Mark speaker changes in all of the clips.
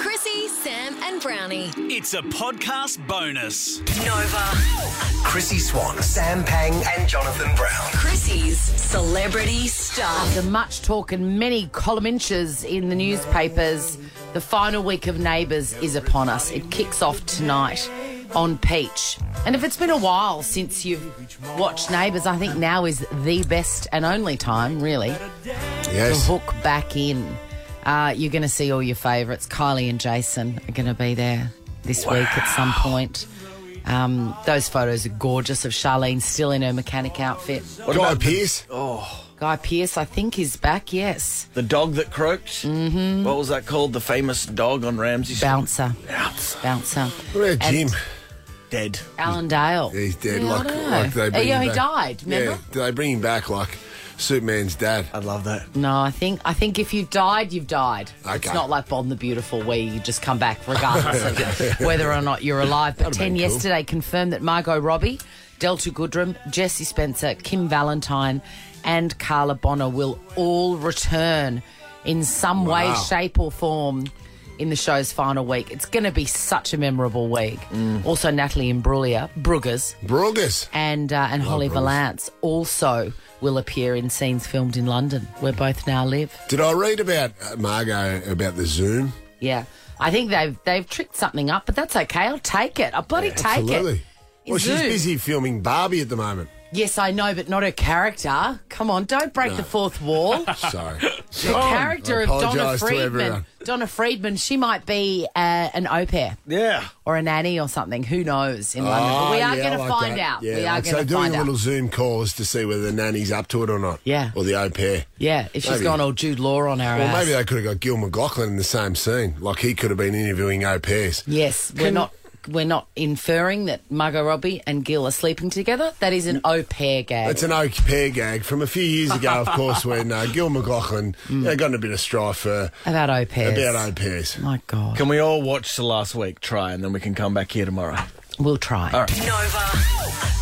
Speaker 1: Chrissy, Sam, and Brownie.
Speaker 2: It's a podcast bonus.
Speaker 1: Nova.
Speaker 3: Chrissy Swan, Sam Pang, and Jonathan Brown.
Speaker 1: Chrissy's celebrity stuff.
Speaker 4: The much talk and many column inches in the newspapers. The final week of Neighbours is upon us. It kicks off tonight on Peach. And if it's been a while since you've watched Neighbours, I think now is the best and only time, really, to
Speaker 5: Yes.
Speaker 4: hook back in. Uh, you're going to see all your favourites. Kylie and Jason are going to be there this week at some point. Um, those photos are gorgeous of Charlene still in her mechanic outfit.
Speaker 5: What Guy Pearce.
Speaker 4: Guy Pearce, I think, is back. Yes,
Speaker 6: Oh, The dog that croaked. Mm-hmm. What was that called? The famous dog on Ramsey Street.
Speaker 4: bouncer,
Speaker 6: Bounce.
Speaker 4: bouncer.
Speaker 5: What about
Speaker 4: And
Speaker 5: Jim?
Speaker 6: Dead.
Speaker 4: Alan Dale.
Speaker 5: Yeah, he's dead.
Speaker 4: Yeah, I
Speaker 5: like,
Speaker 4: don't know.
Speaker 5: like they bring
Speaker 4: Oh, yeah,
Speaker 5: him
Speaker 4: he
Speaker 5: back.
Speaker 4: died, remember?
Speaker 5: Yeah, they bring him back like Superman's dad.
Speaker 6: I love that.
Speaker 4: No, I think I think if you've died, you've died. It's
Speaker 5: Okay.
Speaker 4: not like Bob the Beautiful where you just come back regardless of whether or not you're alive. But
Speaker 5: That'd have
Speaker 4: ten
Speaker 5: been cool.
Speaker 4: yesterday confirmed that Margot Robbie, Delta Goodrum, Jesse Spencer, Kim Valentine, and Carla Bonner will all return in some way,
Speaker 5: Wow.
Speaker 4: shape, or form. In the show's final week, it's going to be such a memorable week.
Speaker 5: Mm.
Speaker 4: Also, Natalie Imbruglia, Bruggers,
Speaker 5: Brogus.
Speaker 4: and uh, and Holly
Speaker 5: Bruce.
Speaker 4: Valance also will appear in scenes filmed in London, where both now live.
Speaker 5: Did I read about uh, Margot about the Zoom?
Speaker 4: Yeah, I think they've they've tricked something up, but that's okay. I'll take it. I'll bloody take
Speaker 5: Absolutely.
Speaker 4: it.
Speaker 5: Well, she's
Speaker 4: Zoom.
Speaker 5: busy filming Barbie at the moment.
Speaker 4: Yes, I know, but not her character. Come on, don't break the fourth wall.
Speaker 5: Sorry.
Speaker 4: The character of Donna
Speaker 5: apologise Oh, to
Speaker 4: Friedman.
Speaker 5: everyone.
Speaker 4: Donna Friedman. She might be uh, an au pair
Speaker 6: Yeah.
Speaker 4: or a nanny or something. Who knows in London? But
Speaker 5: Oh,
Speaker 4: we are
Speaker 5: yeah, I
Speaker 4: going
Speaker 5: like
Speaker 4: to find
Speaker 5: that.
Speaker 4: out.
Speaker 5: Yeah,
Speaker 4: we are going
Speaker 5: like,
Speaker 4: to
Speaker 5: so
Speaker 4: find
Speaker 5: doing a
Speaker 4: out.
Speaker 5: little Zoom call is to see whether the nanny's up to it or not.
Speaker 4: Yeah.
Speaker 5: Or the au pair.
Speaker 4: Yeah, if she's
Speaker 5: Maybe.
Speaker 4: gone all Jude Law on her
Speaker 5: Well,
Speaker 4: ass.
Speaker 5: maybe they could have got Gil McLaughlin in the same scene. Like he could have been interviewing au pairs.
Speaker 4: Yes, we're not we're not inferring that Margot Robbie and Gil are sleeping together. That is an au pair gag.
Speaker 5: It's an au pair gag from a few years ago, of course, when uh, Gil McLaughlin uh, got in a bit of strife uh,
Speaker 4: about au Mm. pairs.
Speaker 5: about au pairs.
Speaker 4: My God,
Speaker 6: Can we all watch the last week try and then we can come back here tomorrow?
Speaker 4: we'll try.
Speaker 1: Nova.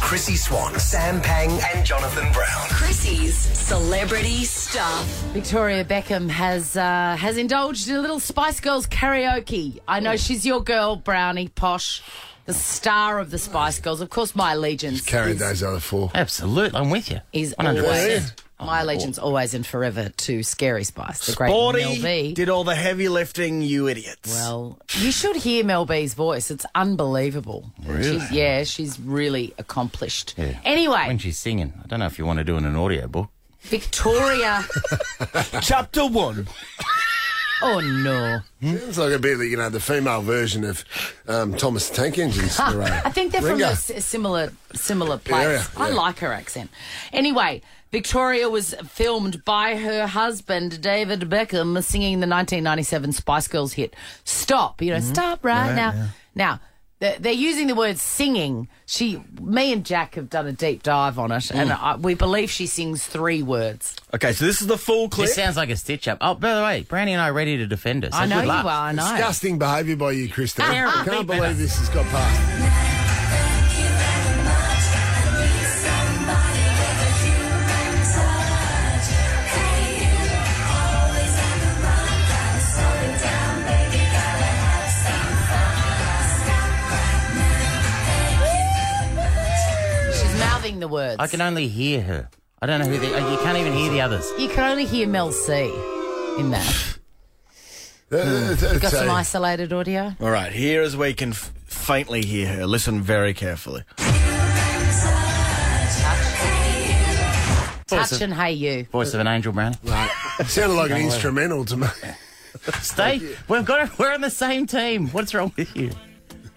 Speaker 3: Chrissy Swan, Sam Pang, and Jonathan Brown.
Speaker 1: Chrissy's celebrity stuff.
Speaker 4: Victoria Beckham has uh, has indulged in a little Spice Girls karaoke. I know she's your girl, Brownie Posh, the star of the Spice Girls. Of course, my allegiance
Speaker 5: Carried
Speaker 4: is,
Speaker 5: those other four.
Speaker 7: Absolutely, I'm with you.
Speaker 4: is
Speaker 7: 100%.
Speaker 4: always my allegiance always and forever to Scary Spice, the great Mel
Speaker 6: Sporty
Speaker 4: B.
Speaker 6: did all the heavy lifting, you idiots.
Speaker 4: Well, you should hear Mel B's voice. It's unbelievable. She's, yeah, she's really accomplished.
Speaker 7: When
Speaker 4: Anyway,
Speaker 7: she's singing, I don't know if you want to do it in an audio book.
Speaker 4: Victoria.
Speaker 6: Chapter one.
Speaker 4: oh, no.
Speaker 5: Sounds like a bit like, you know, the female version of um, Thomas the Tank Engine's.
Speaker 4: I think they're from
Speaker 5: Ringo.
Speaker 4: a s- similar similar place.
Speaker 5: Area,
Speaker 4: I
Speaker 5: yeah.
Speaker 4: like her accent. Anyway, Victoria was filmed by her husband David Beckham singing the 1997 Spice Girls hit "Stop." You know,
Speaker 5: Mm-hmm.
Speaker 4: stop right now. Now. they're- They're using the word singing. She, me, and Jack have done a deep dive on it, and
Speaker 5: Mm.
Speaker 4: I, we believe she sings three words.
Speaker 6: Okay, so this is the full clip.
Speaker 7: This sounds like a stitch up. Oh, by the way, Brownie and I are ready to defend us.
Speaker 4: I know you are. I know.
Speaker 5: Disgusting behaviour by you, Christopher. I
Speaker 7: Terrible.
Speaker 5: can't believe this has got
Speaker 4: Hmm.
Speaker 5: past. Uh,
Speaker 4: She's mouthing the words.
Speaker 7: I can only hear her. I don't know who the. You can't even hear the others.
Speaker 4: you can only hear Mel C in that.
Speaker 5: Uh, it's- it's
Speaker 4: Got some
Speaker 5: a-
Speaker 4: isolated audio.
Speaker 6: all right, here as we can f- faintly hear her. Listen very carefully.
Speaker 4: Touch and hey you.
Speaker 7: Voice of an angel, Brownie.
Speaker 5: It sounded like an instrumental to me.
Speaker 7: Stay. We've got. We're on the same team. What's wrong with you?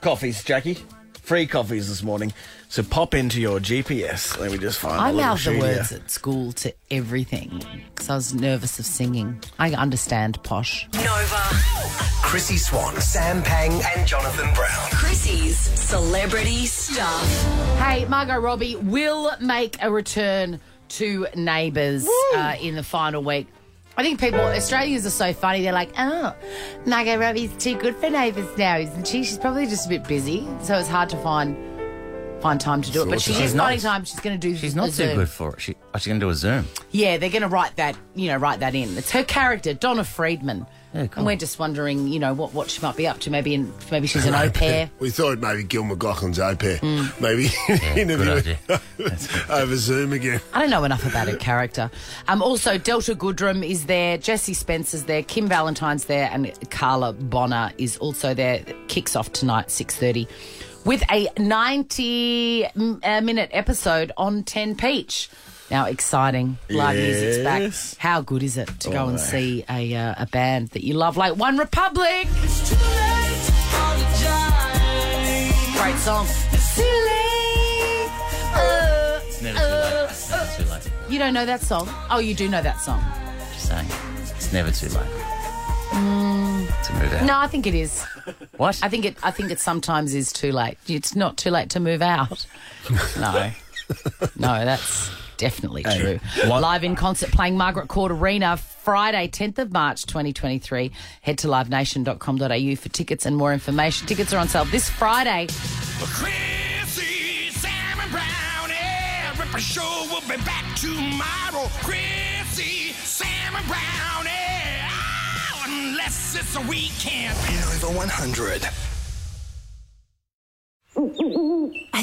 Speaker 6: Coffees, Jackie. free coffees this morning. So pop into your GPS. Let me just find.
Speaker 4: I
Speaker 6: a little
Speaker 4: mouth the
Speaker 6: sheet here.
Speaker 4: words at school to everything because I was nervous of singing. I understand posh.
Speaker 1: Nova.
Speaker 3: Chrissy Swan, Sam Pang, and Jonathan Brown.
Speaker 1: Chrissy's celebrity stuff.
Speaker 4: Hey, Margot Robbie will make a return to Neighbours uh, in the final week. I think people, Australians are so funny. They're like, oh, Margot Robbie's too good for Neighbours now, isn't she? She's probably just a bit busy, so it's hard to find find time to do it. But she
Speaker 7: She's
Speaker 4: is
Speaker 7: not-
Speaker 4: finding time. She's going to do.
Speaker 7: She's
Speaker 4: a
Speaker 7: not too
Speaker 4: Zoom.
Speaker 7: good for it. She, oh, she's going to do a Zoom.
Speaker 4: Yeah, they're going to write that, you know, write that in. It's her character, Donna Friedman.
Speaker 7: Yeah, cool.
Speaker 4: And we're just wondering, you know, what, what she might be up to. Maybe in, maybe she's an au pair. Hmm.
Speaker 5: We thought maybe Gil McLaughlin's au pair. Maybe
Speaker 7: good
Speaker 5: interview
Speaker 7: idea.
Speaker 5: over Zoom again.
Speaker 4: I don't know enough about her character. Um, also, Delta Goodrum is there, Jesse Spencer's there, Kim Valentine's there, and Carla Bonner is also there. It Kicks off tonight, six thirty, with a ninety-minute episode on Ten Peach. Now, exciting live music's
Speaker 6: Yes.
Speaker 4: back. How good is it to go and
Speaker 6: Boy.
Speaker 4: see a uh, a band that you love like One Republic? Great song. Silly.
Speaker 1: Oh.
Speaker 4: Uh,
Speaker 7: It's never too late. It's too late.
Speaker 4: you don't know that song? Oh, you do know that song.
Speaker 7: Just saying. It's never too late. To move out.
Speaker 4: Mm. No, I think it is.
Speaker 7: What?
Speaker 4: I think it. I think it sometimes is too late. It's not too late to move out. No, no, that's definitely true.
Speaker 7: what-
Speaker 4: Live in concert playing Margaret Court Arena Friday, tenth of March, twenty twenty three. Head to livenation.com.au for tickets and more information. Tickets are on sale this Friday.
Speaker 8: Chrissy, Sam and Brownie. Ripper Show will be back tomorrow. Chrissy, Sam and Brownie. Oh, unless it's a weekend.
Speaker 3: Nova 100.
Speaker 9: I